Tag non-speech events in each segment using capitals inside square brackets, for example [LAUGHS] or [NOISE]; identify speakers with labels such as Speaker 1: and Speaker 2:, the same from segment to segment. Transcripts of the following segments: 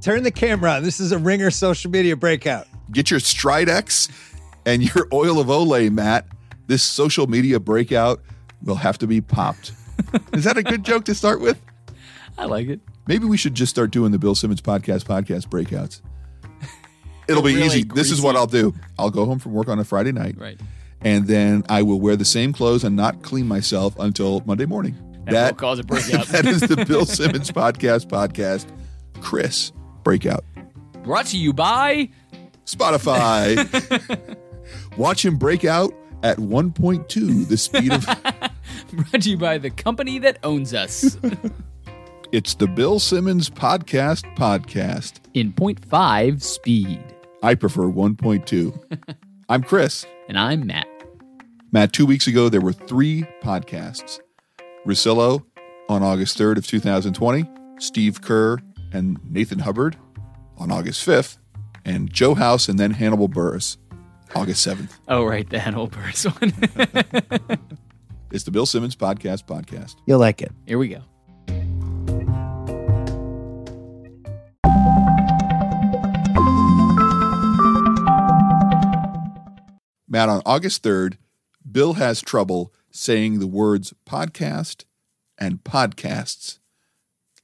Speaker 1: Turn the camera on. This is a ringer social media breakout.
Speaker 2: Get your Stridex and your [LAUGHS] oil of Olay, Matt. This social media breakout will have to be
Speaker 3: [LAUGHS]
Speaker 2: popped. is that a good joke to start with?
Speaker 3: I like it.
Speaker 2: Maybe we should just start doing the Bill Simmons podcast podcast
Speaker 3: [LAUGHS]
Speaker 2: breakouts. It'll be
Speaker 3: Really
Speaker 2: easy. This is what
Speaker 3: greasy.
Speaker 2: I'll do. I'll go home from work on a Friday night,
Speaker 3: Right.
Speaker 2: and then I will wear the same clothes and not clean myself until Monday morning.
Speaker 3: That, will cause a
Speaker 2: [LAUGHS]
Speaker 3: breakout.
Speaker 2: that is the Bill Simmons podcast podcast. Chris breakout.
Speaker 3: Brought to you by
Speaker 2: Spotify. Watch him break out at 1.2 the speed of
Speaker 3: brought to you by the company that owns us.
Speaker 2: it's the Bill Simmons podcast podcast.
Speaker 3: [LAUGHS] in 0.5 speed.
Speaker 2: I prefer 1.2. I'm Chris.
Speaker 3: And I'm Matt.
Speaker 2: Matt, 2 weeks ago there were 3 podcasts. Rosillo on August 3rd of 2020, Steve Kerr and Nathan Hubbard on August 5th, and Joe House and then Hannibal Burris August 7th.
Speaker 3: Oh, right, the Hannibal Burris one. [LAUGHS]
Speaker 2: It's the Bill Simmons podcast podcast.
Speaker 1: You'll like it.
Speaker 3: Here we go.
Speaker 2: Matt, on August 3rd, Bill has trouble saying the words podcast and podcasts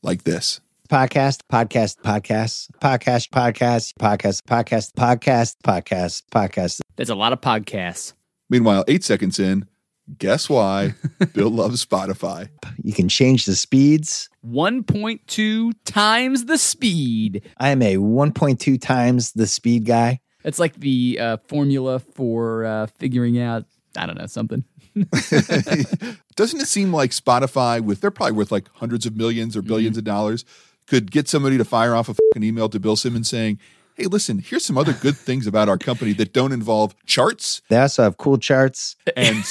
Speaker 2: like this.
Speaker 1: Podcast, podcast, podcast, podcast, podcast, podcast, podcast, podcast, podcast, podcast.
Speaker 3: That's a lot of podcasts.
Speaker 2: Meanwhile, eight seconds in, guess
Speaker 3: [LAUGHS]
Speaker 2: why Bill loves Spotify?
Speaker 1: You can change the speeds.
Speaker 3: 1.2 times the speed.
Speaker 1: I am a 1.2 times the speed guy.
Speaker 3: That's like the uh, formula for uh, figuring out, I don't know, something.
Speaker 2: Doesn't it seem like Spotify, with they're probably worth like hundreds of millions
Speaker 3: Mm-hmm.
Speaker 2: or 1000000000s of dollars, could get somebody to fire off a fucking email to Bill Simmons saying, Hey, listen, here's some other good things about our company that don't involve charts
Speaker 1: They also have cool charts.
Speaker 2: and
Speaker 3: [LAUGHS] I was gonna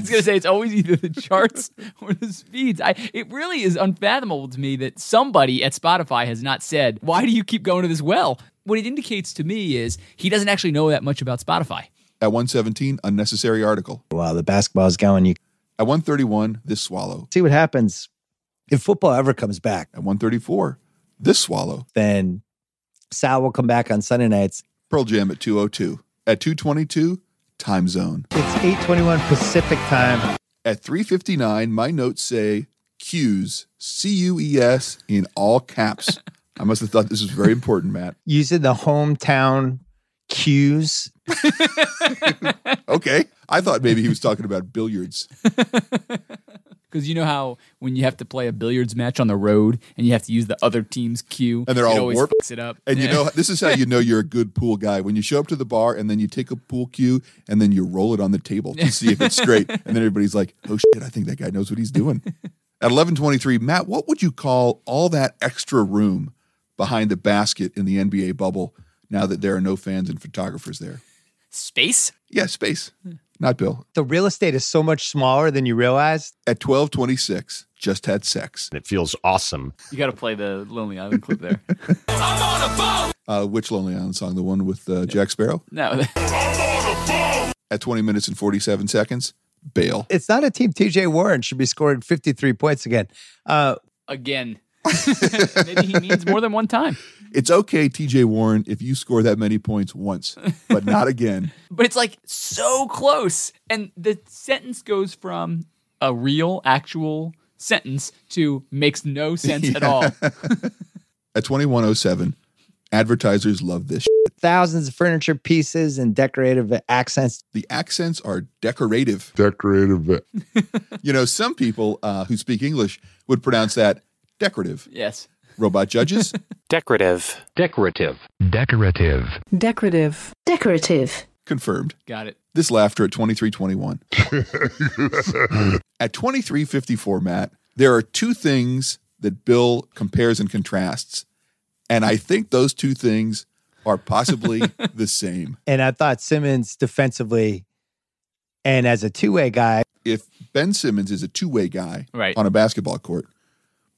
Speaker 2: speeds.
Speaker 3: say it's always either the charts [LAUGHS] or the speeds. I, it really is unfathomable to me that somebody at Spotify has not said, "Why do you keep going to this well?" What it indicates to me is he doesn't actually know that much about Spotify.
Speaker 2: At 117, unnecessary article.
Speaker 1: While the basketball's going, you
Speaker 2: At 131, this swallow.
Speaker 1: see what happens. If football ever comes back,
Speaker 2: at 134. This swallow,
Speaker 1: then Sal will come back on Sunday nights.
Speaker 2: Pearl Jam at 202. At 222, time zone.
Speaker 1: It's 8:21 Pacific time.
Speaker 2: At 359, my notes say cues, C U E S in all caps. I must have thought this was very important, Matt.
Speaker 1: Using the hometown cues.
Speaker 2: Okay. I thought maybe he was talking about billiards.
Speaker 3: Because you know how when you have to play a billiards match on the road and you have to use the other team's cue,
Speaker 2: And they're
Speaker 3: it
Speaker 2: all
Speaker 3: always
Speaker 2: warped.
Speaker 3: fucks it up.
Speaker 2: And
Speaker 3: Yeah.
Speaker 2: you know, this is how you know you're a good pool guy. When you show up to the bar and then you take a pool cue and then you roll it on the table to see if it's straight. And then everybody's like, oh shit, I think that guy knows what he's doing. At 1123, Matt, what would you call all that extra room behind the basket in the NBA bubble now that there are no fans and photographers there?
Speaker 3: space.
Speaker 2: Yeah, space. Not Bill.
Speaker 1: The real estate is so much smaller than you realize.
Speaker 2: At 1226, just had sex.
Speaker 4: and it feels awesome.
Speaker 3: You got to play the Lonely Island clip there.
Speaker 2: Uh, which Lonely Island song? The one with uh, Jack Sparrow?
Speaker 3: [LAUGHS] no, [LAUGHS]
Speaker 2: At 20 minutes and 47 seconds, bail.
Speaker 1: It's not a team. TJ Warren should be scoring 53 points again. Uh,
Speaker 3: again. [LAUGHS] Maybe he means more than one time.
Speaker 2: It's okay, TJ Warren, if you score that many points once, but not again.
Speaker 3: but it's like so close. And the sentence goes from a real, actual sentence to makes no sense
Speaker 2: [LAUGHS]
Speaker 3: at all.
Speaker 2: At 2107, advertisers love this. Shit.
Speaker 1: thousands of furniture pieces and decorative accents.
Speaker 2: The accents are decorative.
Speaker 4: Decorative.
Speaker 2: [LAUGHS] You know, some people uh, who speak English would pronounce that decorative.
Speaker 3: Yes.
Speaker 2: Robot judges,
Speaker 5: Decorative.
Speaker 4: Decorative.
Speaker 6: Decorative.
Speaker 7: Decorative.
Speaker 8: Decorative.
Speaker 2: confirmed.
Speaker 3: Got it.
Speaker 2: This laughter at 2321. at 2354, Matt, there are two things that Bill compares and contrasts. And I think those two things are possibly the same.
Speaker 1: And I thought Simmons defensively and as a two-way guy,
Speaker 2: if Ben Simmons is a two way guy
Speaker 3: Right.
Speaker 2: on a basketball court,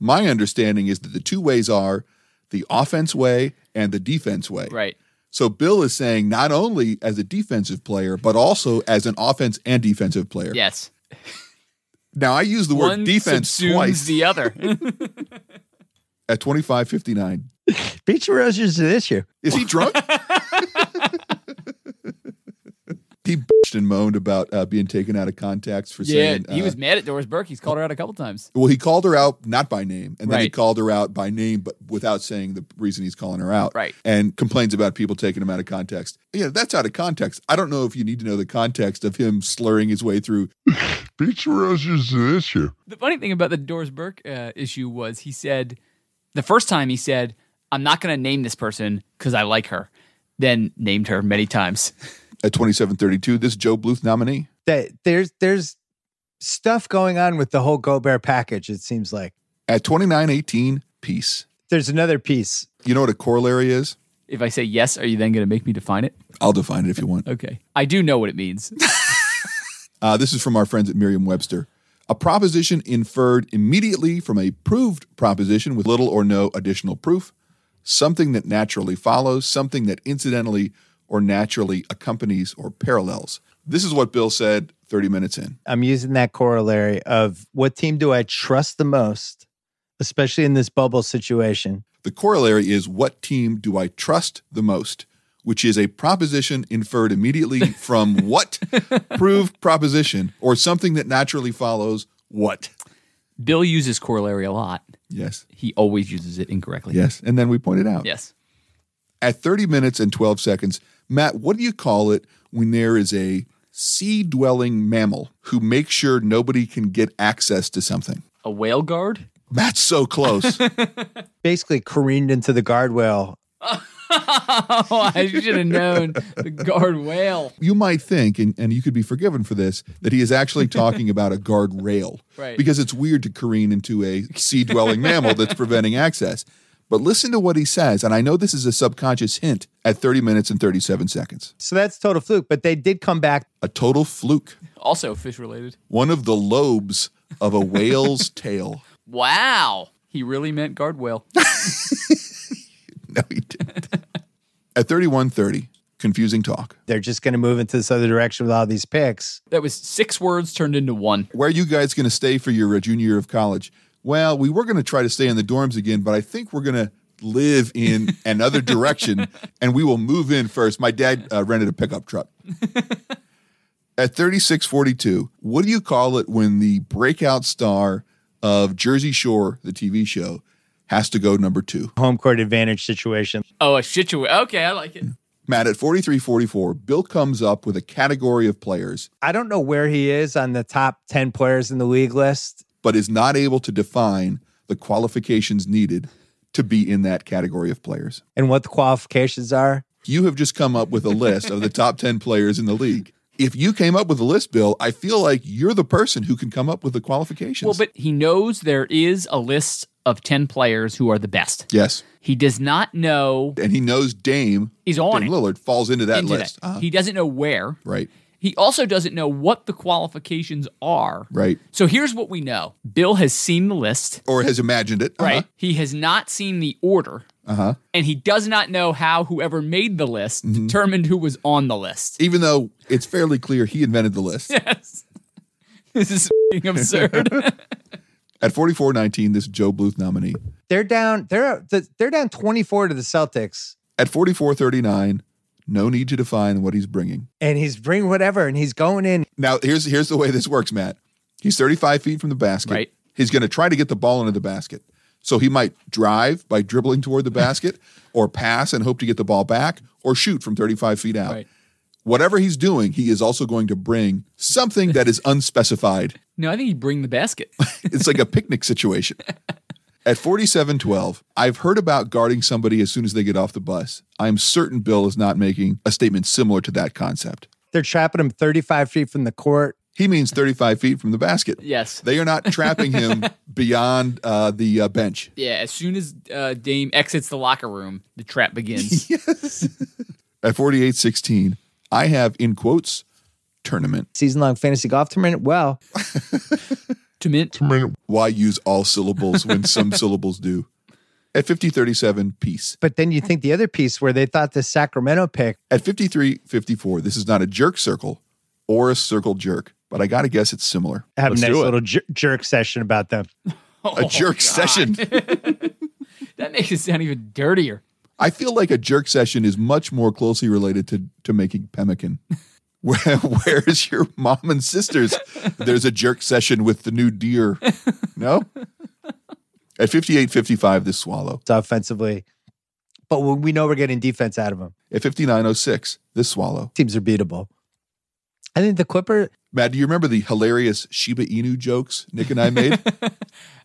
Speaker 2: my understanding is that the two ways are the offense way and the defense way.
Speaker 3: Right.
Speaker 2: So Bill is saying not only as a defensive player, but also as an offense and defensive player.
Speaker 3: Yes.
Speaker 2: Now I use the word
Speaker 3: one
Speaker 2: defense
Speaker 3: subsumes
Speaker 2: twice
Speaker 3: the other.
Speaker 2: at 2559.
Speaker 1: Beach erosion's an issue.
Speaker 2: Is he
Speaker 3: [LAUGHS]
Speaker 2: drunk? [LAUGHS] he bitched and moaned about uh, being taken out of contacts for
Speaker 3: [LAUGHS]
Speaker 2: [LAUGHS]
Speaker 3: Yeah,
Speaker 2: saying
Speaker 3: he
Speaker 2: uh,
Speaker 3: was mad at Doris Burke. He's called her out a couple times.
Speaker 2: Well, he called her out not by name, and then he
Speaker 3: Right.
Speaker 2: called her out by name, but without saying the reason he's calling her out.
Speaker 3: Right.
Speaker 2: And complains about people taking him out of context. Yeah, that's out of context. I don't know if you need to know the context of him slurring his way through.
Speaker 4: Beach erosion's an issue.
Speaker 3: The funny thing about the Doris Burke uh, issue was he said the first time he said, "I'm not going to name this person because I like her." Then named her many times.
Speaker 2: At twenty seven thirty two, this Joe Bluth nominee.
Speaker 1: That there's there's stuff going on with the whole Gobert package. It seems like
Speaker 2: At twenty nine eighteen, peace.
Speaker 1: there's another piece.
Speaker 2: You know what a corollary is?
Speaker 3: If I say yes, are you then going to make me define it?
Speaker 2: I'll define it if you want.
Speaker 3: Okay, I do know what it means.
Speaker 2: Uh, this is from our friends at Merriam Webster. A proposition inferred immediately from a proved proposition with little or no additional proof, something that naturally follows, something that incidentally or naturally accompanies or parallels. This is what Bill said 30 minutes in.
Speaker 1: I'm using that corollary of what team do I trust the most, especially in this bubble situation.
Speaker 2: The corollary is what team do I trust the most? Which is a proposition inferred immediately from what proved proposition or something that naturally follows what?
Speaker 3: Bill uses corollary a lot.
Speaker 2: Yes.
Speaker 3: He always uses it incorrectly.
Speaker 2: Yes. And then we pointed out.
Speaker 3: Yes.
Speaker 2: at 30 minutes and 12 seconds, Matt, what do you call it when there is a sea dwelling mammal who makes sure nobody can get access to something?
Speaker 3: A whale guard. [LAUGHS]
Speaker 2: Matt's so close.
Speaker 1: Basically careened into the guardrail.
Speaker 3: oh, I should have known the guard whale.
Speaker 2: you might think, and, and you could be forgiven for this, that he is actually talking about a guardrail.
Speaker 3: Right.
Speaker 2: Because it's weird to careen into a sea dwelling mammal that's preventing access. But listen to what he says. And I know this is a subconscious hint at 30 minutes and 37 seconds.
Speaker 1: So that's total fluke, but they did come back.
Speaker 2: A total fluke.
Speaker 3: Also fish related.
Speaker 2: One of the lobes of a whale's tail.
Speaker 3: Wow. He really meant guard whale.
Speaker 2: [LAUGHS] No, he didn't. At 3130, confusing talk.
Speaker 1: They're just going to move into this other direction with all these picks.
Speaker 3: That was six words turned into one.
Speaker 2: Where are you guys going to stay for your uh, junior year of college? Well, we were going to try to stay in the dorms again, but I think we're going to live in [LAUGHS] another direction and we will move in first. My dad uh, rented a pickup truck. [LAUGHS] At 3642, what do you call it when the breakout star of Jersey Shore, the TV show, has to go number two?
Speaker 1: Home court advantage situation.
Speaker 3: Oh, a shit. Okay, I like it.
Speaker 2: Matt, at 4344, Bill comes up with a category of players
Speaker 1: I don't know where he is on the top 10 players in the league list.
Speaker 2: but is not able to define the qualifications needed to be in that category of players.
Speaker 1: and what the qualifications are.
Speaker 2: You have just come up with a list of the top [LAUGHS] 10 players in the league. If you came up with a list, Bill, I feel like you're the person who can come up with the qualifications.
Speaker 3: Well, but he knows there is a list of 10 players who are the best.
Speaker 2: yes.
Speaker 3: He does not know
Speaker 2: And he knows Dame,
Speaker 3: he's
Speaker 2: Dame
Speaker 3: on it.
Speaker 2: Lillard falls into that
Speaker 3: into
Speaker 2: list.
Speaker 3: that.
Speaker 2: Ah,
Speaker 3: He doesn't know where.
Speaker 2: right,
Speaker 3: He also doesn't know what the qualifications are.
Speaker 2: right.
Speaker 3: So here's what we know Bill has seen the list,
Speaker 2: Or has imagined it. Uh-huh.
Speaker 3: right? He has not seen the order.
Speaker 2: Uh huh.
Speaker 3: And he does not know how whoever made the list determined who was on the list. [LAUGHS]
Speaker 2: Even though it's fairly clear he invented the list.
Speaker 3: Yes. This is f***ing absurd.
Speaker 2: At 4419, this Joe Bluth nominee.
Speaker 1: They're down. They're they're down 24 to the Celtics,
Speaker 2: At 4439, no need to define what he's bringing.
Speaker 1: and he's bringing whatever, and he's going in.
Speaker 2: Now here's here's the way this works, Matt. He's 35 feet from the basket.
Speaker 3: Right.
Speaker 2: He's going to try to get the ball into the basket. So he might drive by dribbling toward the
Speaker 3: [LAUGHS]
Speaker 2: basket, or pass and hope to get the ball back, or shoot from 35 feet out.
Speaker 3: Right.
Speaker 2: Whatever he's doing, he is also going to bring something that is
Speaker 3: [LAUGHS]
Speaker 2: unspecified.
Speaker 3: no, I think he'd bring the basket.
Speaker 2: It's like a picnic situation. At 4712, I've heard about guarding somebody as soon as they get off the bus. I am certain Bill is not making a statement similar to that concept.
Speaker 1: They're trapping him 35 feet from the court.
Speaker 2: He means 35 feet from the basket.
Speaker 3: Yes.
Speaker 2: They are not trapping him beyond uh, the uh, bench.
Speaker 3: Yeah, as soon as uh, Dame exits the locker room, the trap begins.
Speaker 2: At 48-16, I have, in quotes, tournament.
Speaker 1: Season long fantasy golf tournament. Well,
Speaker 3: Two minute.
Speaker 4: Minute.
Speaker 2: Why use all syllables when some syllables do? At 50-37, peace.
Speaker 1: but then you think the other piece where they thought the Sacramento pick.
Speaker 2: At 53-54, this is not a jerk circle or a circle jerk, but I got to guess it's similar.
Speaker 1: Have
Speaker 4: Let's
Speaker 1: a nice
Speaker 4: do it.
Speaker 1: little jer- jerk session about them.
Speaker 2: a jerk session.
Speaker 3: That makes it sound even dirtier.
Speaker 2: I feel like a jerk session is much more closely related to, to making pemmican. [LAUGHS] Where, where's your mom and sisters? There's a jerk session with the new deer. No? At 58.55, this swallow.
Speaker 1: offensively. But when we know we're getting defense out of them,
Speaker 2: At 59.06, this swallow.
Speaker 1: teams are beatable. I think the Clipper,
Speaker 2: Matt, do you remember the hilarious Shiba Inu jokes Nick and I made?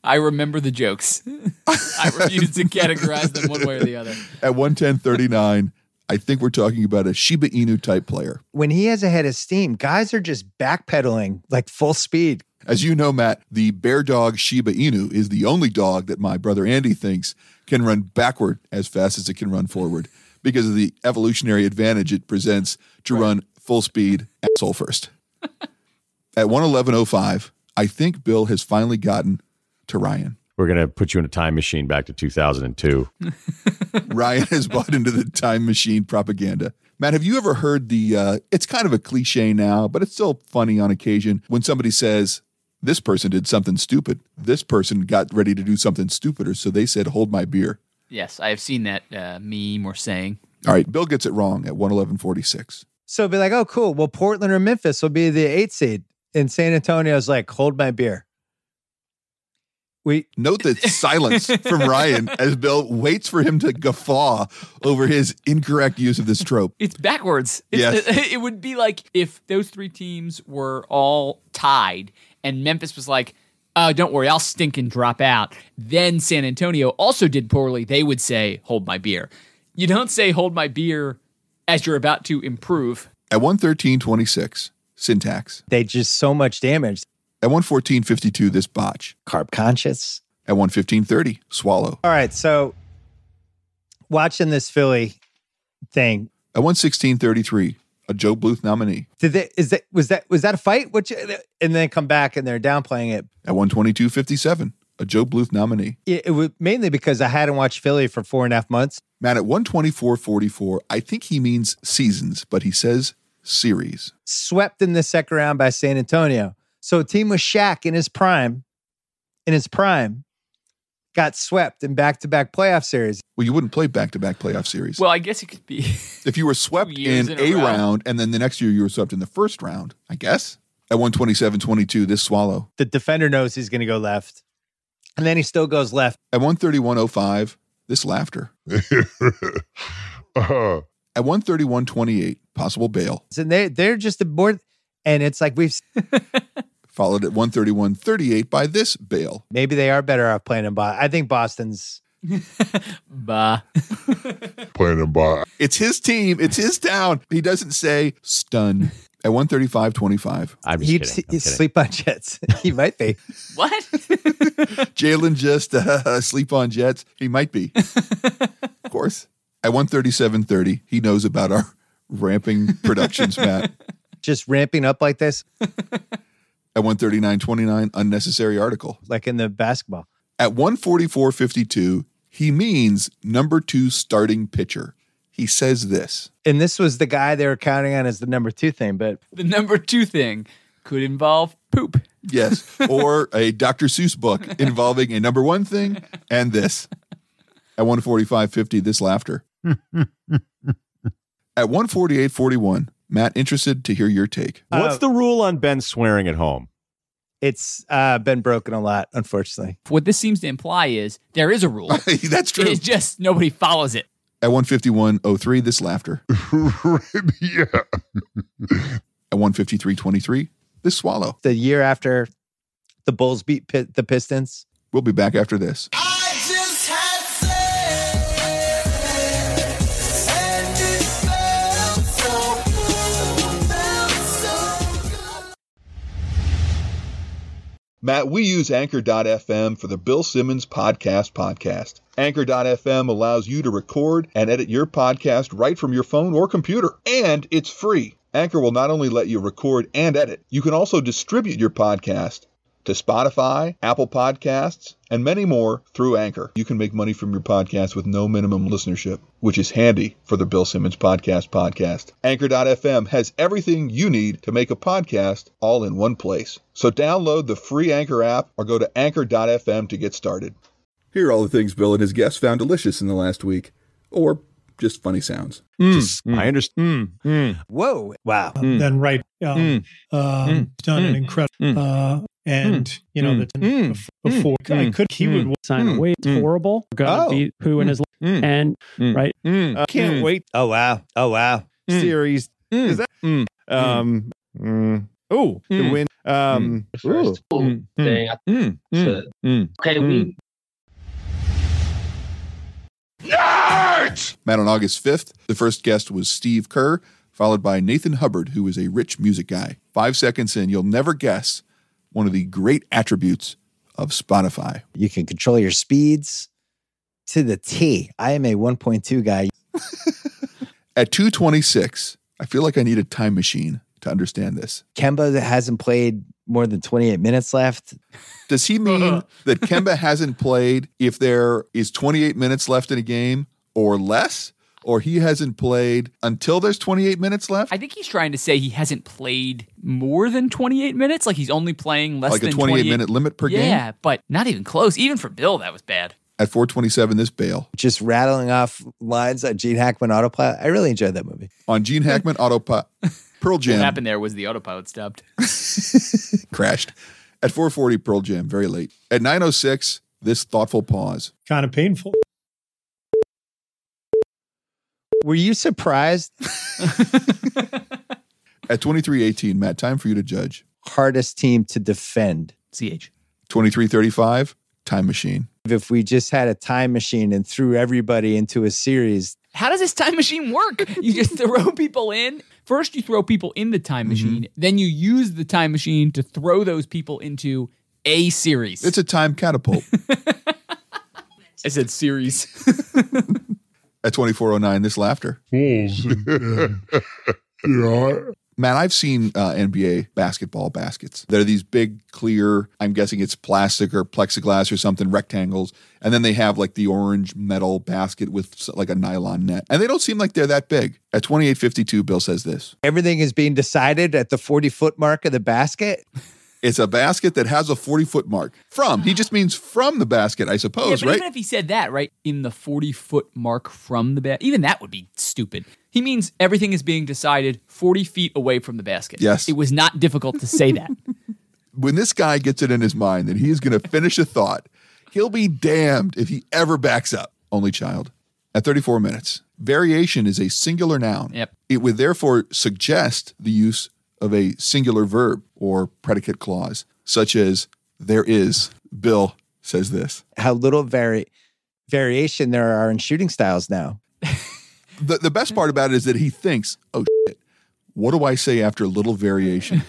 Speaker 3: I remember the jokes. [LAUGHS] I refuse to categorize them one way or the other.
Speaker 2: At 110.39, I think we're talking about a Shiba Inu type player.
Speaker 1: when he has a head of steam, guys are just backpedaling like full speed.
Speaker 2: As you know, Matt, the bear dog Shiba Inu is the only dog that my brother Andy thinks can run backward as fast as it can run forward because of the evolutionary advantage it presents to run full speed asshole first. [LAUGHS] At 111.05, I think Bill has finally gotten to Ryan.
Speaker 5: We're going to put you in a time machine back to 2002.
Speaker 2: Ryan has bought into the time machine propaganda. Matt, have you ever heard the? Uh, it's kind of a cliche now, but it's still funny on occasion when somebody says, "This person did something stupid. This person got ready to do something stupider, so they said, hold my beer.'"
Speaker 3: Yes, I have seen that uh, meme or saying.
Speaker 2: All right, Bill gets it wrong at one eleven forty six.
Speaker 1: So it'd be like, oh, cool. Well, Portland or Memphis will be the eight seed. And San Antonio's like, hold my beer. We
Speaker 2: Note the silence from Ryan as Bill waits for him to guffaw over his incorrect use of this trope.
Speaker 3: It's backwards. It's,
Speaker 2: Yes.
Speaker 3: [LAUGHS] It would be like if those three teams were all tied and Memphis was like, oh, don't worry, I'll stink and drop out. Then San Antonio also did poorly. They would say, hold my beer. You don't say, hold my beer as you're about to improve.
Speaker 2: At one thirteen twenty six, syntax.
Speaker 1: they just so much damage.
Speaker 2: At one fourteen fifty two, this botch.
Speaker 1: Carb conscious.
Speaker 2: At one fifteen thirty, swallow.
Speaker 1: All right. So watching this Philly thing,
Speaker 2: At 116.33, a Joe Bluth nominee.
Speaker 1: did they is that was that was that a fight? Which and then come back and they're downplaying it.
Speaker 2: At 122.57, a Joe Bluth nominee.
Speaker 1: It, it was mainly because I hadn't watched Philly for four and a half months.
Speaker 2: Matt, at 124.44, I think he means seasons, but he says series.
Speaker 1: Swept in the second round by San Antonio. So a team with Shaq in his prime, in his prime, got swept in back to back playoff series.
Speaker 2: Well, you wouldn't play back-to-back playoff series.
Speaker 3: Well, I guess it could be. [LAUGHS]
Speaker 2: if you were swept
Speaker 3: two years
Speaker 2: in,
Speaker 3: in
Speaker 2: a,
Speaker 3: a
Speaker 2: round.
Speaker 3: row.
Speaker 2: and then the next year you were swept in the first round, I guess. At 127.22, this swallow.
Speaker 1: The defender knows he's gonna go left. And then he still goes left.
Speaker 2: At 131.05, this
Speaker 3: [LAUGHS]
Speaker 2: laughter.
Speaker 4: uh,
Speaker 2: At 131.28, possible bail.
Speaker 1: And they they're just aboard and it's like we've
Speaker 2: Followed at 131.38 by this bail.
Speaker 1: maybe they are better off playing in Boston. I think Boston's
Speaker 3: Bah. [LAUGHS]
Speaker 4: playing him by.
Speaker 2: It's his team. It's his town. He doesn't say stun at 135.25.
Speaker 5: I'm just
Speaker 1: he'd
Speaker 5: kidding.
Speaker 1: s-
Speaker 5: I'm kidding.
Speaker 1: sleep on jets. [LAUGHS] he might be.
Speaker 3: What? [LAUGHS]
Speaker 2: Jalen just uh, sleep on Jets. He might be. of course. At 137.30, he knows about our ramping productions, Matt.
Speaker 1: Just ramping up like this,
Speaker 2: At 139.29, unnecessary article.
Speaker 1: like in the basketball.
Speaker 2: At 144.52, he means number two starting pitcher. He says this.
Speaker 1: And this was the guy they were counting on as the number two thing, but
Speaker 3: the number two thing could involve poop.
Speaker 2: Yes. Or a Dr. Seuss book involving a number one thing and this. At 145.50, this laughter. At 148.41, Matt, interested to hear your take. [LAUGHS]
Speaker 5: What's
Speaker 1: Uh,
Speaker 5: the rule on Ben swearing at home?
Speaker 1: it's uh, been broken a lot, unfortunately.
Speaker 3: What this seems to imply is there is a rule.
Speaker 2: That's [LAUGHS] true.
Speaker 3: It's just nobody follows it.
Speaker 2: At 151.03, this laughter.
Speaker 4: yeah.
Speaker 2: At 153.23, this swallow.
Speaker 1: The year after the Bulls beat Pit- the Pistons,
Speaker 2: We'll be back after this. Matt, we use Anchor.fm for the Bill Simmons Podcast podcast. Anchor.fm allows you to record and edit your podcast right from your phone or computer, and it's free. Anchor will not only let you record and edit, you can also distribute your podcast to Spotify, Apple Podcasts, and many more through Anchor. You can make money from your podcast with no minimum listenership, which is handy for the Bill Simmons Podcast podcast. Anchor.fm has everything you need to make a podcast all in one place. So download the free Anchor app or go to anchor.fm to get started.
Speaker 6: Here are all the things Bill and his guests found delicious in the last week, or just funny sounds.
Speaker 9: Hmm,
Speaker 5: Just- I understand.
Speaker 1: Whoa. Hmm. Wow.
Speaker 7: Then right, um,
Speaker 1: Mm.
Speaker 7: um, done an incredible,
Speaker 1: Mm.
Speaker 7: uh, and you know that
Speaker 1: Mm.
Speaker 7: bef- before I
Speaker 1: Mm.
Speaker 7: could
Speaker 8: He would sign away. It's
Speaker 1: Mm.
Speaker 8: horrible. Gonna
Speaker 1: Oh.
Speaker 8: be who in his life.
Speaker 1: Mm.
Speaker 8: And
Speaker 1: Mm.
Speaker 9: Uh, can't
Speaker 1: Mm.
Speaker 9: wait. Oh wow. Oh wow.
Speaker 1: Mm.
Speaker 9: Series.
Speaker 1: Mm.
Speaker 9: Is that?
Speaker 1: Mm.
Speaker 9: Um. mm. Oh, the
Speaker 5: Hmm.
Speaker 1: Mm.
Speaker 9: win. Um.
Speaker 10: First
Speaker 1: Ooh.
Speaker 10: cool
Speaker 1: Mm.
Speaker 10: thing. I
Speaker 1: Mm. Mm.
Speaker 10: said,
Speaker 1: Mm.
Speaker 10: okay, we
Speaker 2: Matt, on August 5th, the first guest was Steve Kerr, followed by Nathan Hubbard, who is a rich music guy. Five seconds in, you'll never guess one of the great attributes of Spotify.
Speaker 1: You can control your speeds to the T. I am a 1.2 guy.
Speaker 2: At 226, I feel like I need a time machine to understand this.
Speaker 1: Kemba that hasn't played more than 28 minutes left.
Speaker 2: Does he
Speaker 3: [LAUGHS]
Speaker 2: mean that Kemba hasn't played if there is 28 minutes left in a game or less? Or he hasn't played until there's 28 minutes left?
Speaker 3: I think he's trying to say he hasn't played more than 28 minutes. Like he's only playing less
Speaker 2: Like a
Speaker 3: than
Speaker 2: 28 minute limit per
Speaker 3: yeah,
Speaker 2: game?
Speaker 3: but not even close. Even for Bill, that was bad.
Speaker 2: At 427, this bail.
Speaker 1: Just rattling off lines on Gene Hackman autopilot. I really enjoyed that movie.
Speaker 2: On
Speaker 3: [LAUGHS]
Speaker 2: Gene Hackman, Autopilot, Pearl
Speaker 3: What
Speaker 2: Jam,
Speaker 3: happened there was the autopilot stopped. [LAUGHS]
Speaker 2: crashed. At 440, Pearl Jam, very late. At 906, this thoughtful pause.
Speaker 7: kind of painful.
Speaker 1: Were you surprised?
Speaker 2: At 2318, Matt, time for you to judge.
Speaker 1: Hardest team to defend.
Speaker 3: Ch.
Speaker 2: 2335, Time Machine.
Speaker 1: If we just had a time machine and threw everybody into a series,
Speaker 3: How does this time machine work? [LAUGHS] You just throw people in. First, you throw people in the
Speaker 2: Mm-hmm.
Speaker 3: time machine. Then you use the time machine to throw those people into a series.
Speaker 2: It's a time catapult.
Speaker 3: I said series.
Speaker 2: [LAUGHS] At 2409, this laughter. [LAUGHS]
Speaker 4: Fools. you know,
Speaker 2: Matt, I've seen uh, NBA basketball baskets. They're these big, clear, I'm guessing it's plastic or plexiglass or something, rectangles. And then they have like the orange metal basket with s- like a nylon net. And they don't seem like they're that big. At 2852, Bill says this
Speaker 1: everything is being decided at the 40 foot mark of the basket.
Speaker 2: It's a basket that has a 40 foot mark. From. He just means from the basket, I
Speaker 3: yeah,
Speaker 2: suppose,
Speaker 3: but
Speaker 2: right?
Speaker 3: even if he said that, right, in the 40 foot mark from the basket, even that would be stupid. He means everything is being decided 40 feet away from the basket.
Speaker 2: Yes.
Speaker 3: It was not difficult to say that. [LAUGHS]
Speaker 2: when this guy gets it in his mind that he is going to finish a thought, he'll be damned if he ever backs up. Only child. At 34 minutes, variation is a singular noun.
Speaker 3: Yep.
Speaker 2: It would therefore suggest the use of a singular verb or predicate clause, such as there is. Bill says this.
Speaker 1: How little vari- variation there are in shooting styles now.
Speaker 2: The, the best part about it is that he thinks, oh, shit, what do I say after little variation?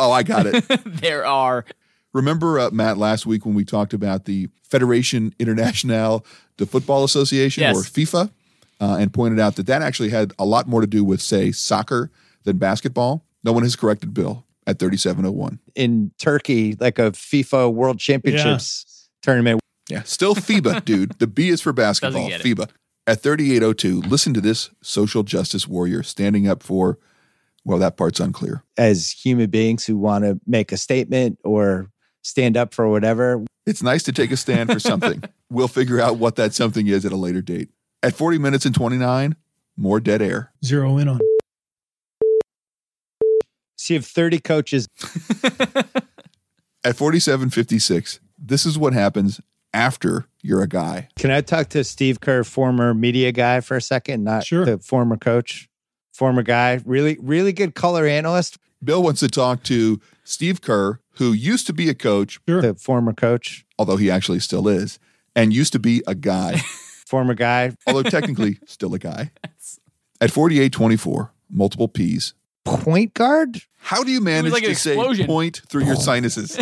Speaker 2: oh, I got it.
Speaker 3: there are.
Speaker 2: Remember, uh, Matt, last week when we talked about the Federation Internationale de Football Association
Speaker 3: Yes.
Speaker 2: or FIFA uh, and pointed out that that actually had a lot more to do with, say, soccer than basketball? No one has corrected Bill at 3701.
Speaker 1: In Turkey, like a FIFA World Championships tournament,
Speaker 2: Yeah. [LAUGHS] Still FIBA, dude. The B is for basketball,
Speaker 3: get it.
Speaker 2: FIBA. At 3802, listen to this social justice warrior standing up for, well, that part's unclear.
Speaker 1: as human beings who want to make a statement or stand up for whatever.
Speaker 2: It's nice to take a stand for
Speaker 3: [LAUGHS]
Speaker 2: something. we'll figure out what that something is at a later date. At 40 minutes and 29, more dead air.
Speaker 7: Zero in on.
Speaker 1: So you have 30 coaches.
Speaker 2: at 4756 this is what happens after you're a guy
Speaker 1: Can I talk to Steve Kerr, former media guy, for a second? Not
Speaker 7: Sure.
Speaker 1: the former coach, former guy. Really, really good color analyst,
Speaker 2: bill wants to talk to steve kerr who used to be a coach
Speaker 1: the former coach,
Speaker 2: although he actually still is and used to be a
Speaker 3: [LAUGHS]
Speaker 2: guy
Speaker 1: former guy.
Speaker 2: although technically still a guy at 4824 multiple p's
Speaker 1: Point guard?
Speaker 2: how do you manage
Speaker 3: like an
Speaker 2: to say
Speaker 3: explosion.
Speaker 2: point through your
Speaker 3: [LAUGHS]
Speaker 2: sinuses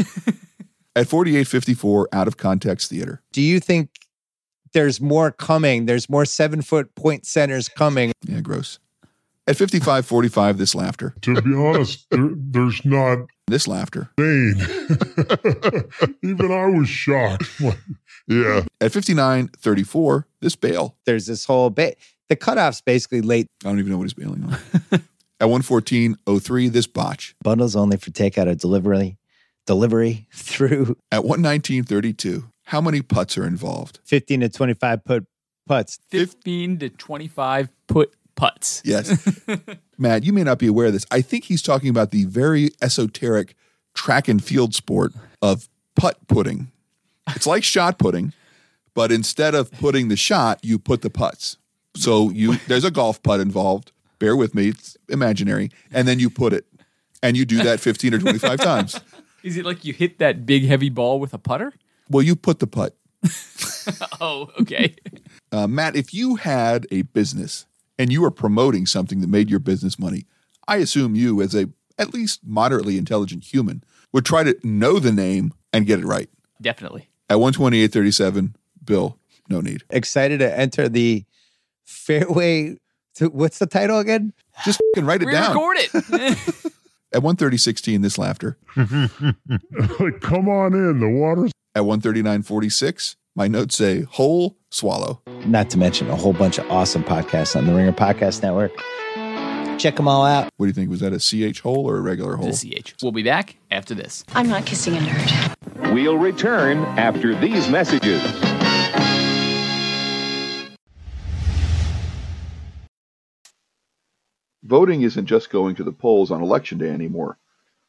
Speaker 2: at 4854 out of context theater
Speaker 1: Do you think there's more coming? There's more seven foot point centers coming.
Speaker 2: yeah gross at 5545 this laughter
Speaker 4: to be honest, there, there's not [LAUGHS]
Speaker 2: this laughter
Speaker 4: Bane. Even I was shocked. yeah.
Speaker 2: at 5934 this bail
Speaker 1: There's this whole bit. The cutoff's basically late.
Speaker 2: I don't even know what he's bailing on. [LAUGHS] At 114.03, this botch.
Speaker 1: Bundles only for takeout or delivery. Delivery [LAUGHS] through
Speaker 2: At 119.32, How many putts are involved?
Speaker 1: 15 to 25 put putts.
Speaker 3: 15 to 25 put putts.
Speaker 2: Yes. Matt, you may not be aware of this. I think he's talking about the very esoteric track and field sport of putt putting. It's like shot putting, but instead of putting the shot, you put the putts. So you there's a golf putt involved. Bear with me, it's imaginary. And then you put it. And you do that 15 or 25 times.
Speaker 3: Is it like you hit that big heavy ball with a putter?
Speaker 2: Well, you put the putt.
Speaker 3: Oh, okay. [LAUGHS]
Speaker 2: Uh, Matt, if you had a business and you were promoting something that made your business money, I assume you, as a at least moderately intelligent human, would try to know the name and get it right.
Speaker 3: Definitely.
Speaker 2: At 128.37, Bill, no need.
Speaker 1: Excited to enter the fairway. To, what's the title again?
Speaker 2: Just fing write it down.
Speaker 3: Re-record it.
Speaker 2: [LAUGHS]
Speaker 3: [LAUGHS]
Speaker 2: At 130.16, this laughter.
Speaker 4: [LAUGHS] like, come on in. The water's
Speaker 2: At 139.46, my notes say whole swallow.
Speaker 1: Not to mention a whole bunch of awesome podcasts on the Ringer Podcast Network. Check them all out.
Speaker 2: What do you think? Was that a CH hole or a regular hole?
Speaker 3: the CH. We'll be back after this.
Speaker 10: I'm not kissing a nerd.
Speaker 11: We'll return after these messages.
Speaker 2: Voting isn't just going to the polls on election day anymore.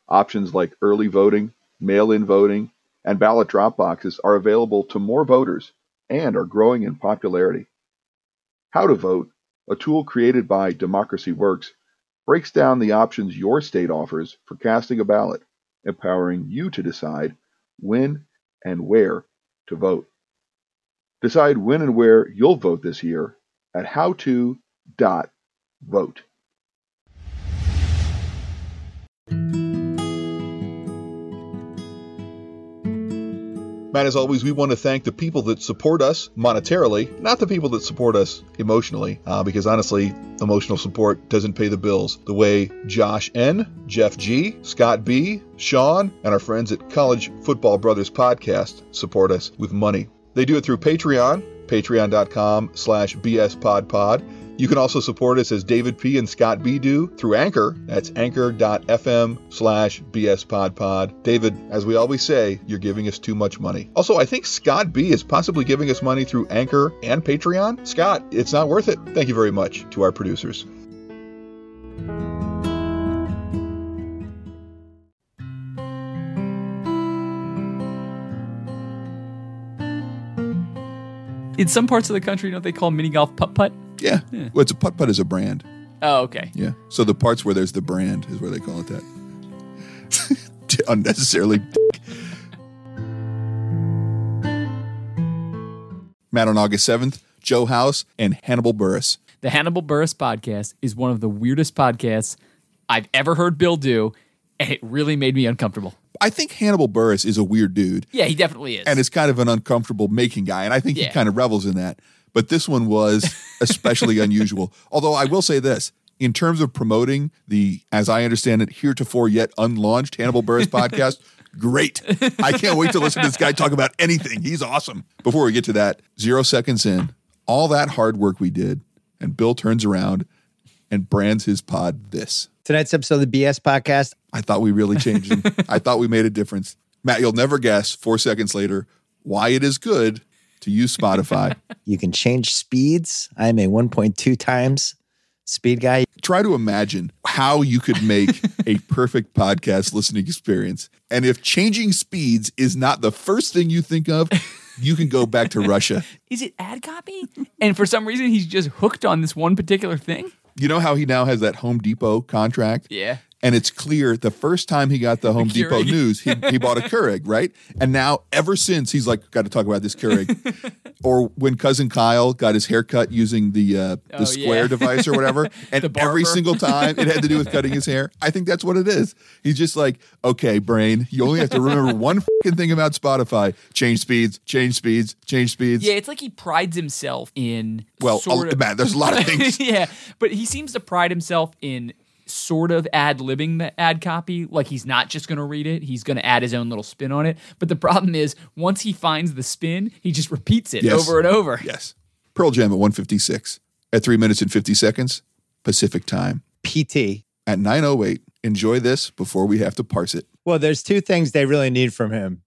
Speaker 2: Options like early voting, mail in voting, and ballot drop boxes are available to more voters and are growing in popularity. How to Vote, a tool created by Democracy Works, breaks down the options your state offers for casting a ballot, empowering you to decide when and where to vote. Decide when and where you'll vote this year at howto.vote. Matt, as always, we want to thank the people that support us monetarily, not the people that support us emotionally, uh, because honestly, emotional support doesn't pay the bills the way Josh N., Jeff G., Scott B., Sean, and our friends at College Football Brothers Podcast support us with money. They do it through Patreon, patreon.com slash bspodpod. You can also support us as David P. and Scott B. do through Anchor. That's anchor.fm slash bspodpod. David, as we always say, you're giving us too much money. Also, I think Scott B. is possibly giving us money through Anchor and Patreon. Scott, it's not worth it. Thank you very much to our producers.
Speaker 3: In some parts of the country, don't they call mini golf putt putt?
Speaker 2: Yeah. Well, it's a putt putt is a brand.
Speaker 3: Oh, okay.
Speaker 2: Yeah. So the parts where there's the brand is where they call it that. [LAUGHS] Unnecessarily. dick. Matt on August 7th, Joe House and Hannibal Burris.
Speaker 3: The Hannibal Burris podcast is one of the weirdest podcasts I've ever heard Bill do, and it really made me uncomfortable.
Speaker 2: I think Hannibal Burris is a weird dude
Speaker 3: Yeah, he definitely is.
Speaker 2: and is kind of an uncomfortable making guy. And I think he
Speaker 3: Yeah.
Speaker 2: kind of revels in that. But this one was especially unusual. Although I will say this in terms of promoting the, as I understand it, heretofore yet unlaunched Hannibal Burris podcast, great. I can't wait to listen to this guy talk about anything. He's awesome. Before we get to that, zero seconds in, all that hard work we did, and Bill turns around and brands his pod this.
Speaker 1: Tonight's episode of the BS Podcast.
Speaker 2: I thought we really changed him. I thought we made a difference. Matt, you'll never guess four seconds later why it is good to use Spotify.
Speaker 1: You can change speeds. I'm a 1.2 times speed guy.
Speaker 2: Try to imagine how you could make a perfect podcast listening experience. And if changing speeds is not the first thing you think of, you can go back to Russia.
Speaker 3: is it ad copy? [LAUGHS] and for some reason, he's just hooked on this one particular thing.
Speaker 2: You know how he now has that Home Depot contract?
Speaker 3: Yeah.
Speaker 2: And it's clear the first time he got the Home
Speaker 3: Keurig.
Speaker 2: Depot news, he, he bought
Speaker 3: [LAUGHS]
Speaker 2: a Keurig, right? And now, ever since, he's like, got to talk about this
Speaker 3: [LAUGHS]
Speaker 2: Keurig. or when cousin Kyle got his hair cut using the uh, the
Speaker 3: Oh,
Speaker 2: square
Speaker 3: yeah.
Speaker 2: device or
Speaker 3: [LAUGHS]
Speaker 2: whatever, and
Speaker 3: The
Speaker 2: every
Speaker 3: barber.
Speaker 2: single time it had to do with cutting his hair. I think that's what it is. He's just like, okay, brain, you only have to remember one fing thing about Spotify: change speeds, change speeds, change speeds.
Speaker 3: Yeah, it's like he prides himself in
Speaker 2: Well,
Speaker 3: sort
Speaker 2: I'll-
Speaker 3: of-
Speaker 2: man, there's a lot of
Speaker 3: [LAUGHS]
Speaker 2: things.
Speaker 3: yeah, but he seems to pride himself in sort of ad libbing the ad copy. Like he's not just going to read it; he's going to add his own little spin on it. But the problem is, once he finds the spin, he just repeats it
Speaker 2: Yes.
Speaker 3: over and over.
Speaker 2: Yes. Pearl Jam at 156 at 3 minutes and 50 seconds Pacific time.
Speaker 1: PT.
Speaker 2: At 908, enjoy this before we have to parse it.
Speaker 1: Well, there's two things they really need from him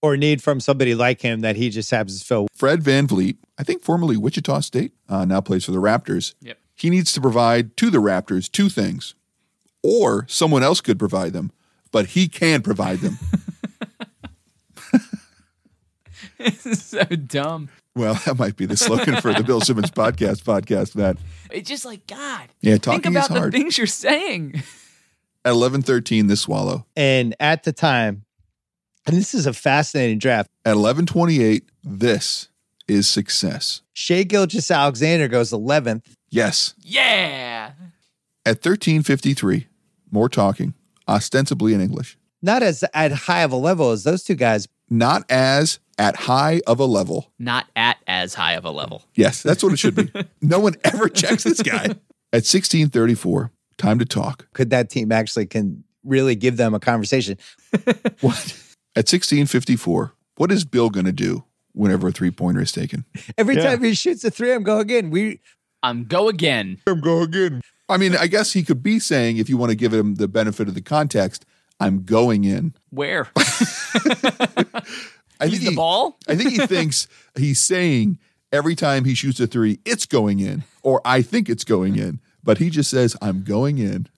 Speaker 1: or need from somebody like him that he just happens to fill.
Speaker 2: Fred Van Vliet, I think formerly Wichita State, uh, now plays for the Raptors.
Speaker 3: Yep.
Speaker 2: He needs to provide to the Raptors two things, or someone else could provide them, but he can provide
Speaker 3: [LAUGHS]
Speaker 2: them.
Speaker 3: This is [LAUGHS] so dumb.
Speaker 2: well, that might be the slogan for the Bill Simmons podcast, podcast, Matt.
Speaker 3: It's just like God.
Speaker 2: Yeah,
Speaker 3: Think
Speaker 2: talking is
Speaker 3: about the
Speaker 2: hard.
Speaker 3: things you're saying. [LAUGHS]
Speaker 2: At 1113, this swallow.
Speaker 1: And at the time, and this is a fascinating draft.
Speaker 2: At 1128, this is success.
Speaker 1: Shea Gilgis Alexander goes 11th.
Speaker 2: Yes.
Speaker 3: Yeah.
Speaker 2: At 1353, more talking, ostensibly in English.
Speaker 1: Not as at high of a level as those two guys.
Speaker 2: Not as at high of a level.
Speaker 3: Not at as high of a level.
Speaker 2: Yes, that's what it should [LAUGHS] be. no one ever checks this guy. [LAUGHS] At 1634, time to talk.
Speaker 1: Could that team actually can really give them a conversation?
Speaker 2: What? At 1654, what is Bill going to do whenever a three pointer is taken?
Speaker 1: Every
Speaker 9: Yeah.
Speaker 1: time he shoots a three, I'm going again. We
Speaker 3: I'm go again.
Speaker 2: I'm going in. I mean, I guess he could be saying, if you want to give him the benefit of the context, I'm going in. [LAUGHS]
Speaker 3: Where?
Speaker 2: I
Speaker 3: He's the
Speaker 2: he-
Speaker 3: ball?
Speaker 2: I think he thinks he's saying every time he shoots a three, it's going in, or I think it's going in. But he just says, I'm going in.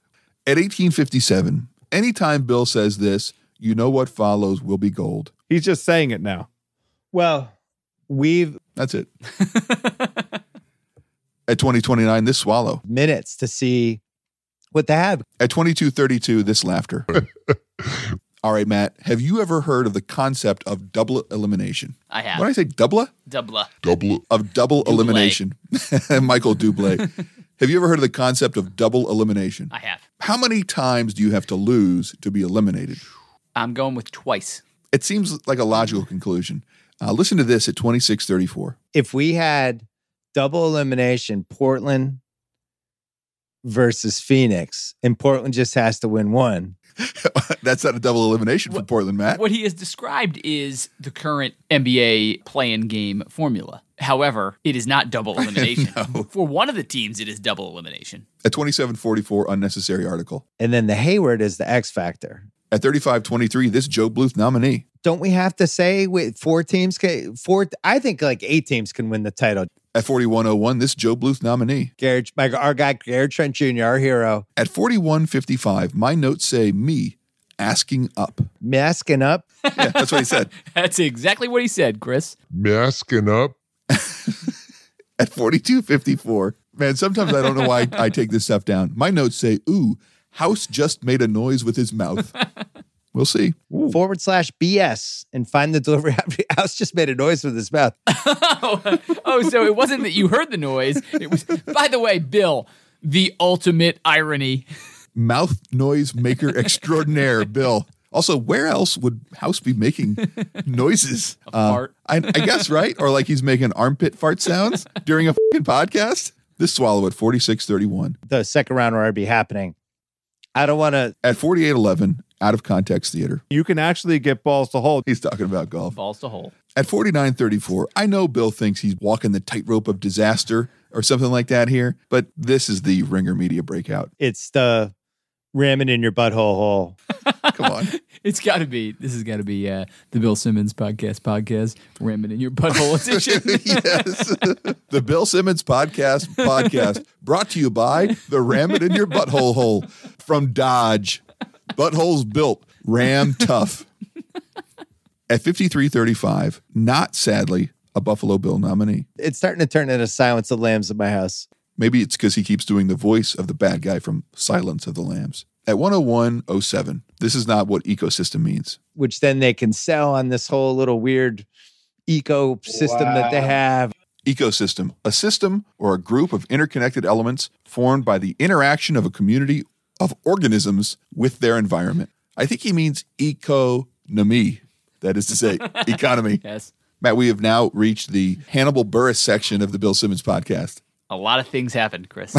Speaker 2: At 1857, anytime Bill says this, you know what follows will be gold.
Speaker 9: He's just saying it now.
Speaker 1: well, we've
Speaker 2: That's it. At 2029, this swallow.
Speaker 1: minutes to see what they have.
Speaker 2: At 2232, this laughter. All right, Matt, have you ever heard of the concept of double elimination?
Speaker 3: I
Speaker 2: When I
Speaker 3: have.
Speaker 2: say double,
Speaker 3: Dubla.
Speaker 2: of double
Speaker 3: Double A.
Speaker 2: elimination. [LAUGHS] Michael Dublé. have you ever heard of the concept of double elimination?
Speaker 3: I have.
Speaker 2: How many times do you have to lose to be eliminated?
Speaker 3: I'm going with twice.
Speaker 2: It seems like a logical conclusion. Uh, listen to this at 2634.
Speaker 1: If we had double elimination, Portland versus Phoenix, and Portland just has to win one.
Speaker 2: [LAUGHS] That's not a double elimination for
Speaker 3: What-
Speaker 2: Portland, Matt.
Speaker 3: What he has described is the current NBA play-in game formula. However, it is not
Speaker 2: [LAUGHS]
Speaker 3: double elimination.
Speaker 2: No.
Speaker 3: For one of the teams, it is double elimination. [LAUGHS]
Speaker 2: At 2744, unnecessary article.
Speaker 1: And then the Hayward is the X factor.
Speaker 2: At 3523, this Joe Bluth nominee.
Speaker 1: Don't we have to say with four teams can four I think like eight teams can win the title.
Speaker 2: At 4101, this Joe Bluth nominee.
Speaker 1: Gary my our guy Gary Trent Jr., our hero,
Speaker 2: At 4155, my notes say me asking up.
Speaker 1: masking up.
Speaker 2: Yeah, that's what he said.
Speaker 3: That's exactly what he said, Chris.
Speaker 4: Masking up.
Speaker 2: [LAUGHS] at 4254. Man, sometimes I don't know why I take this stuff down. My notes say, ooh, House just made a noise with his mouth. We'll see.
Speaker 1: Forward slash BS and find the delivery. [LAUGHS] House just made a noise with his mouth.
Speaker 3: oh, oh, so it wasn't that you heard the noise. It was, by the way, Bill, the ultimate irony.
Speaker 2: Mouth noise maker extraordinaire, Bill. Also, where else would House be making noises? Uh,
Speaker 3: fart.
Speaker 2: I, I guess, right? Or like he's making armpit fart sounds during a fucking podcast? This swallow at 4631.
Speaker 1: The second round will already be happening. I don't want to
Speaker 2: At 4811, out of context theater.
Speaker 9: You can actually get balls to hold.
Speaker 2: He's talking about golf.
Speaker 3: Balls to hole.
Speaker 2: At 4934, I know Bill thinks he's walking the tightrope of disaster or something like that here, but this is the Ringer Media breakout.
Speaker 1: it's the ramming in your butthole hole.
Speaker 2: Come on.
Speaker 3: It's got to be. This has got to be uh, the Bill Simmons podcast. Podcast ramming in your butthole [LAUGHS] edition.
Speaker 2: yes. [LAUGHS] the Bill Simmons podcast podcast brought to you by the Ram It In Your Butthole Hole from Dodge. Buttholes built, Ram tough. At 5335, not sadly a Buffalo Bill nominee.
Speaker 1: It's starting to turn into Silence of Lambs at my house.
Speaker 2: Maybe it's because he keeps doing the voice of the bad guy from Silence of the Lambs. At 10107, this is not what ecosystem means.
Speaker 1: which then they can sell on this whole little weird ecosystem that they have.
Speaker 2: Ecosystem, a system or a group of interconnected elements formed by the interaction of a community of organisms with their environment. I think he means economy, that is to
Speaker 3: [LAUGHS]
Speaker 2: say, economy.
Speaker 3: yes.
Speaker 2: Matt, we have now reached the Hannibal Burris section of the Bill Simmons podcast. [LAUGHS]
Speaker 3: A lot of things happened, Chris.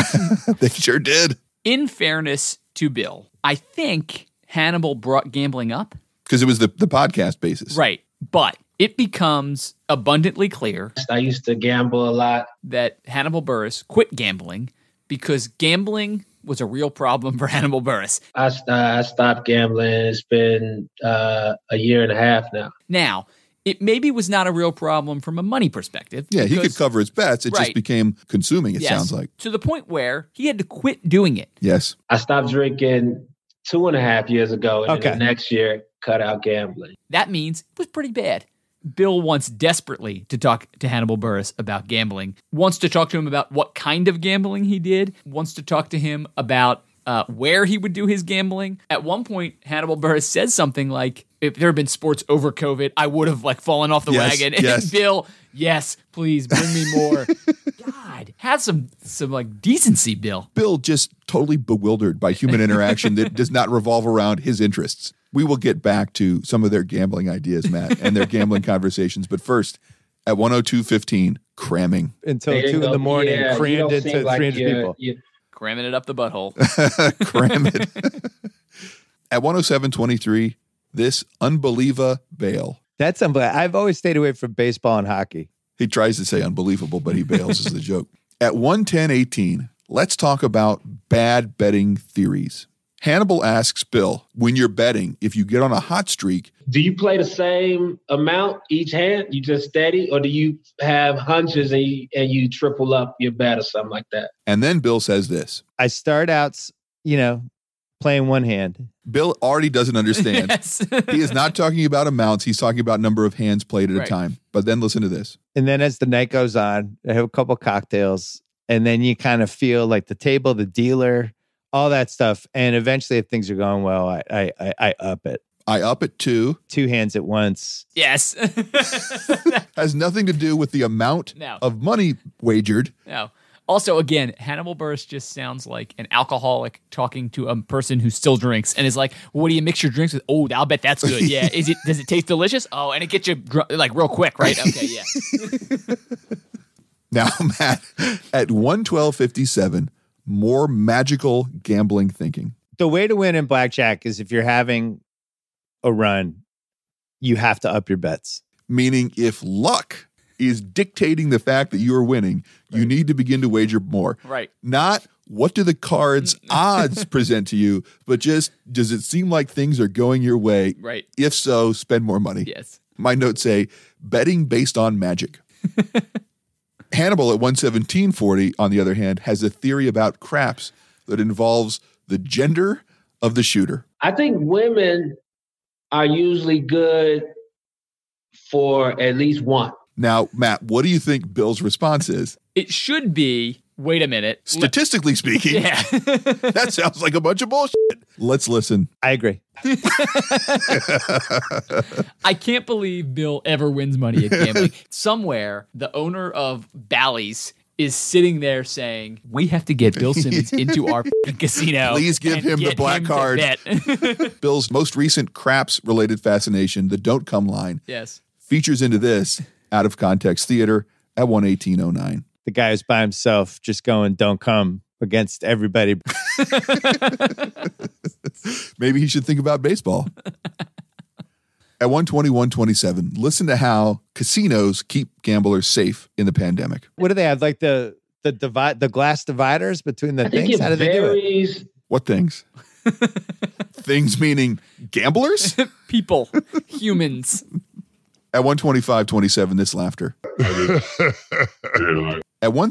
Speaker 2: they sure did,
Speaker 3: [LAUGHS] in fairness to Bill, I think Hannibal brought gambling up.
Speaker 2: because it was the, the podcast basis.
Speaker 3: Right. But it becomes abundantly clear
Speaker 8: I used to gamble a lot.
Speaker 3: that Hannibal Burris quit gambling because gambling was a real problem for Hannibal Burris.
Speaker 10: I, st- I stopped gambling. It's been uh, a year and a half now.
Speaker 3: Now, it maybe was not a real problem from a money perspective.
Speaker 2: Yeah, he could
Speaker 3: because-
Speaker 2: cover his bets. It
Speaker 3: Right.
Speaker 2: just became consuming, it
Speaker 3: Yes.
Speaker 2: sounds like.
Speaker 3: to the point where he had to quit doing it.
Speaker 2: Yes.
Speaker 10: I stopped drinking two and a half years ago, and
Speaker 1: Okay.
Speaker 10: then the next year cut out gambling.
Speaker 3: That means it was pretty bad. Bill wants desperately to talk to Hannibal Burris about gambling, wants to talk to him about what kind of gambling he did, wants to talk to him about uh, where he would do his gambling. At one point, Hannibal Burris says something like, if there had been sports over COVID, I would have like fallen off the
Speaker 2: Yes,
Speaker 3: wagon. [LAUGHS] And
Speaker 2: yes.
Speaker 3: Bill, yes, please bring me
Speaker 2: [LAUGHS]
Speaker 3: more. God, have some some like decency, Bill.
Speaker 2: Bill just totally bewildered by human interaction that does not revolve around his interests. We will get back to some of their gambling ideas, Matt, and their gambling conversations. But first, at 102.15, cramming. [LAUGHS]
Speaker 1: until
Speaker 10: They didn't
Speaker 1: two in
Speaker 10: go-
Speaker 1: the morning,
Speaker 10: yeah, you
Speaker 1: crammed
Speaker 10: don't
Speaker 1: into
Speaker 10: seem like
Speaker 1: 300
Speaker 10: you're-
Speaker 1: people.
Speaker 10: you-
Speaker 3: Cramming it up the butthole.
Speaker 2: Cram it. [LAUGHS] at 107.23, this unbelieva bail.
Speaker 1: That's unbelievable. I've always stayed away from baseball and hockey.
Speaker 2: He tries to say unbelievable, but he bails is the joke. At 110.18, let's talk about bad betting theories. Hannibal asks Bill, when you're betting, if you get on a hot streak,
Speaker 10: Do you play the same amount each hand? You just steady, or do you have hunches and you, and you triple up your bet or something like that?
Speaker 2: and then Bill says this.
Speaker 1: I start out, s- you know, playing one hand.
Speaker 2: Bill already doesn't understand.
Speaker 3: [LAUGHS] Yes.
Speaker 2: he is not talking about amounts, he's talking about number of hands played at
Speaker 3: Right.
Speaker 2: a time. But then listen to this.
Speaker 1: And then as the night goes on, I have a couple cocktails. And then you kind of feel like the table, the dealer, all that stuff. And eventually, if things are going well, I, I, I, I up it.
Speaker 2: I up at two
Speaker 1: Two hands at once.
Speaker 3: yes. [LAUGHS]
Speaker 2: has nothing to do with the amount
Speaker 3: No.
Speaker 2: of money wagered.
Speaker 3: No. Also, again, Hannibal Burris just sounds like an alcoholic talking to a person who still drinks and is like, "What do you mix your drinks with?" Oh, I'll bet that's
Speaker 2: [LAUGHS]
Speaker 3: good. Yeah. Is it? Does it taste delicious? Oh, and it gets you dr- like real quick, right?
Speaker 2: [LAUGHS]
Speaker 3: Okay. Yeah.
Speaker 2: Now, [LAUGHS] Matt, at 112.57, more magical gambling thinking.
Speaker 1: The way to win in blackjack is if you're having a run, you have to up your bets.
Speaker 2: meaning if luck is dictating the fact that you are winning, you need to begin to wager more.
Speaker 3: Right.
Speaker 2: Not what do the
Speaker 3: Mm. [LAUGHS]
Speaker 2: cards odds present to you, but just does it seem like things are going your way?
Speaker 3: Right.
Speaker 2: If so, spend more money.
Speaker 3: Yes.
Speaker 2: My notes say betting based on
Speaker 3: [LAUGHS]
Speaker 2: magic. Hannibal at 117.40, on the other hand, has a theory about craps that involves the gender of the shooter.
Speaker 10: I think women are usually good for at least one.
Speaker 2: Now, Matt, what do you think Bill's response is?
Speaker 3: It should be. Wait a minute. Le-
Speaker 2: Statistically speaking,
Speaker 3: yeah.
Speaker 2: [LAUGHS]
Speaker 3: [LAUGHS]
Speaker 2: That sounds like a bunch of bullshit. Let's listen.
Speaker 1: I agree.
Speaker 3: I can't believe Bill ever wins money
Speaker 2: [LAUGHS]
Speaker 3: at gambling. Somewhere, the owner of Bally's is sitting there saying, "We have to get Bill Simmons into
Speaker 2: [LAUGHS]
Speaker 3: our f***ing casino.
Speaker 2: Please give
Speaker 3: and
Speaker 2: him the
Speaker 3: get
Speaker 2: black
Speaker 3: to
Speaker 2: card." [LAUGHS]
Speaker 3: bet." [LAUGHS]
Speaker 2: Bill's most recent craps related fascination, the don't come line,
Speaker 3: yes.
Speaker 2: features into this out of context theater at 11809.
Speaker 1: The guy who's by himself just going, don't come against everybody.
Speaker 2: Maybe he should think about baseball. at 12127, listen to how casinos keep gamblers safe in the pandemic.
Speaker 1: what do they have? Like the the divide, the glass dividers between the
Speaker 10: I think
Speaker 1: things.
Speaker 10: it
Speaker 1: How do they do it?
Speaker 10: varies.
Speaker 2: What things? things meaning gamblers?
Speaker 3: People, [LAUGHS] humans.
Speaker 2: At 12527, this laughter. At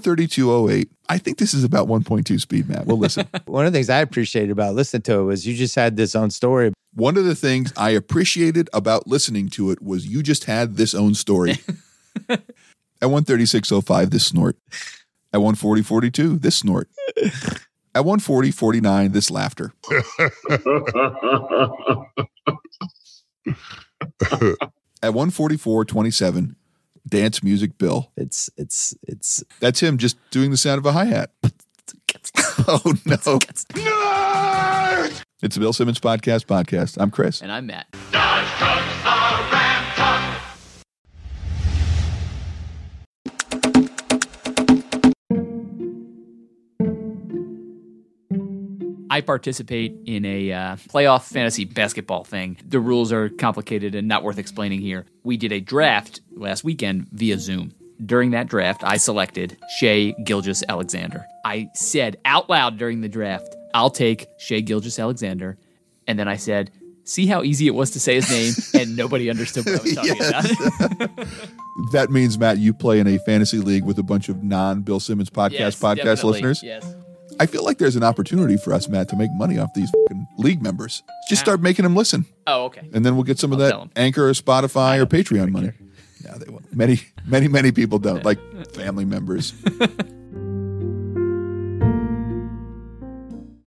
Speaker 2: 13208, I think this is about 1.2 speed, Matt. We'll listen.
Speaker 1: One of the things I appreciated about listening to it was you just had this own story.
Speaker 2: One of the things I appreciated about listening to it was you just had this own story. At 136.05, this snort. At 140.42, this snort. At 140.49, this laughter. At 144.27, dance music Bill.
Speaker 1: It's it's it's
Speaker 2: That's him just doing the sound of a hi hat. Oh, no. It's the Bill Simmons Podcast Podcast. I'm Chris.
Speaker 3: And I'm Matt. I participate in a uh, playoff fantasy basketball thing. The rules are complicated and not worth explaining here. We did a draft last weekend via Zoom. During that draft, I selected Shea Gilgis Alexander. I said out loud during the draft, I'll take Shea Gilgis Alexander. And then I said, see how easy it was to say his name, and nobody understood what I
Speaker 2: [LAUGHS]
Speaker 3: was talking about.
Speaker 2: That means, Matt, you play in a fantasy league with a bunch of non Bill Simmons podcast
Speaker 3: Yes,
Speaker 2: podcast
Speaker 3: definitely.
Speaker 2: listeners.
Speaker 3: Yes.
Speaker 2: I feel like there's an opportunity for us, Matt, to make money off these fucking league members. Just start making them listen,
Speaker 3: Oh, okay.
Speaker 2: and then we'll get some of
Speaker 3: I'll tell
Speaker 2: that
Speaker 3: 'em.
Speaker 2: Anchor or Spotify or [LAUGHS]
Speaker 3: [LAUGHS]
Speaker 2: Patreon money. No, they won't. Many, many, many people don't, like family members.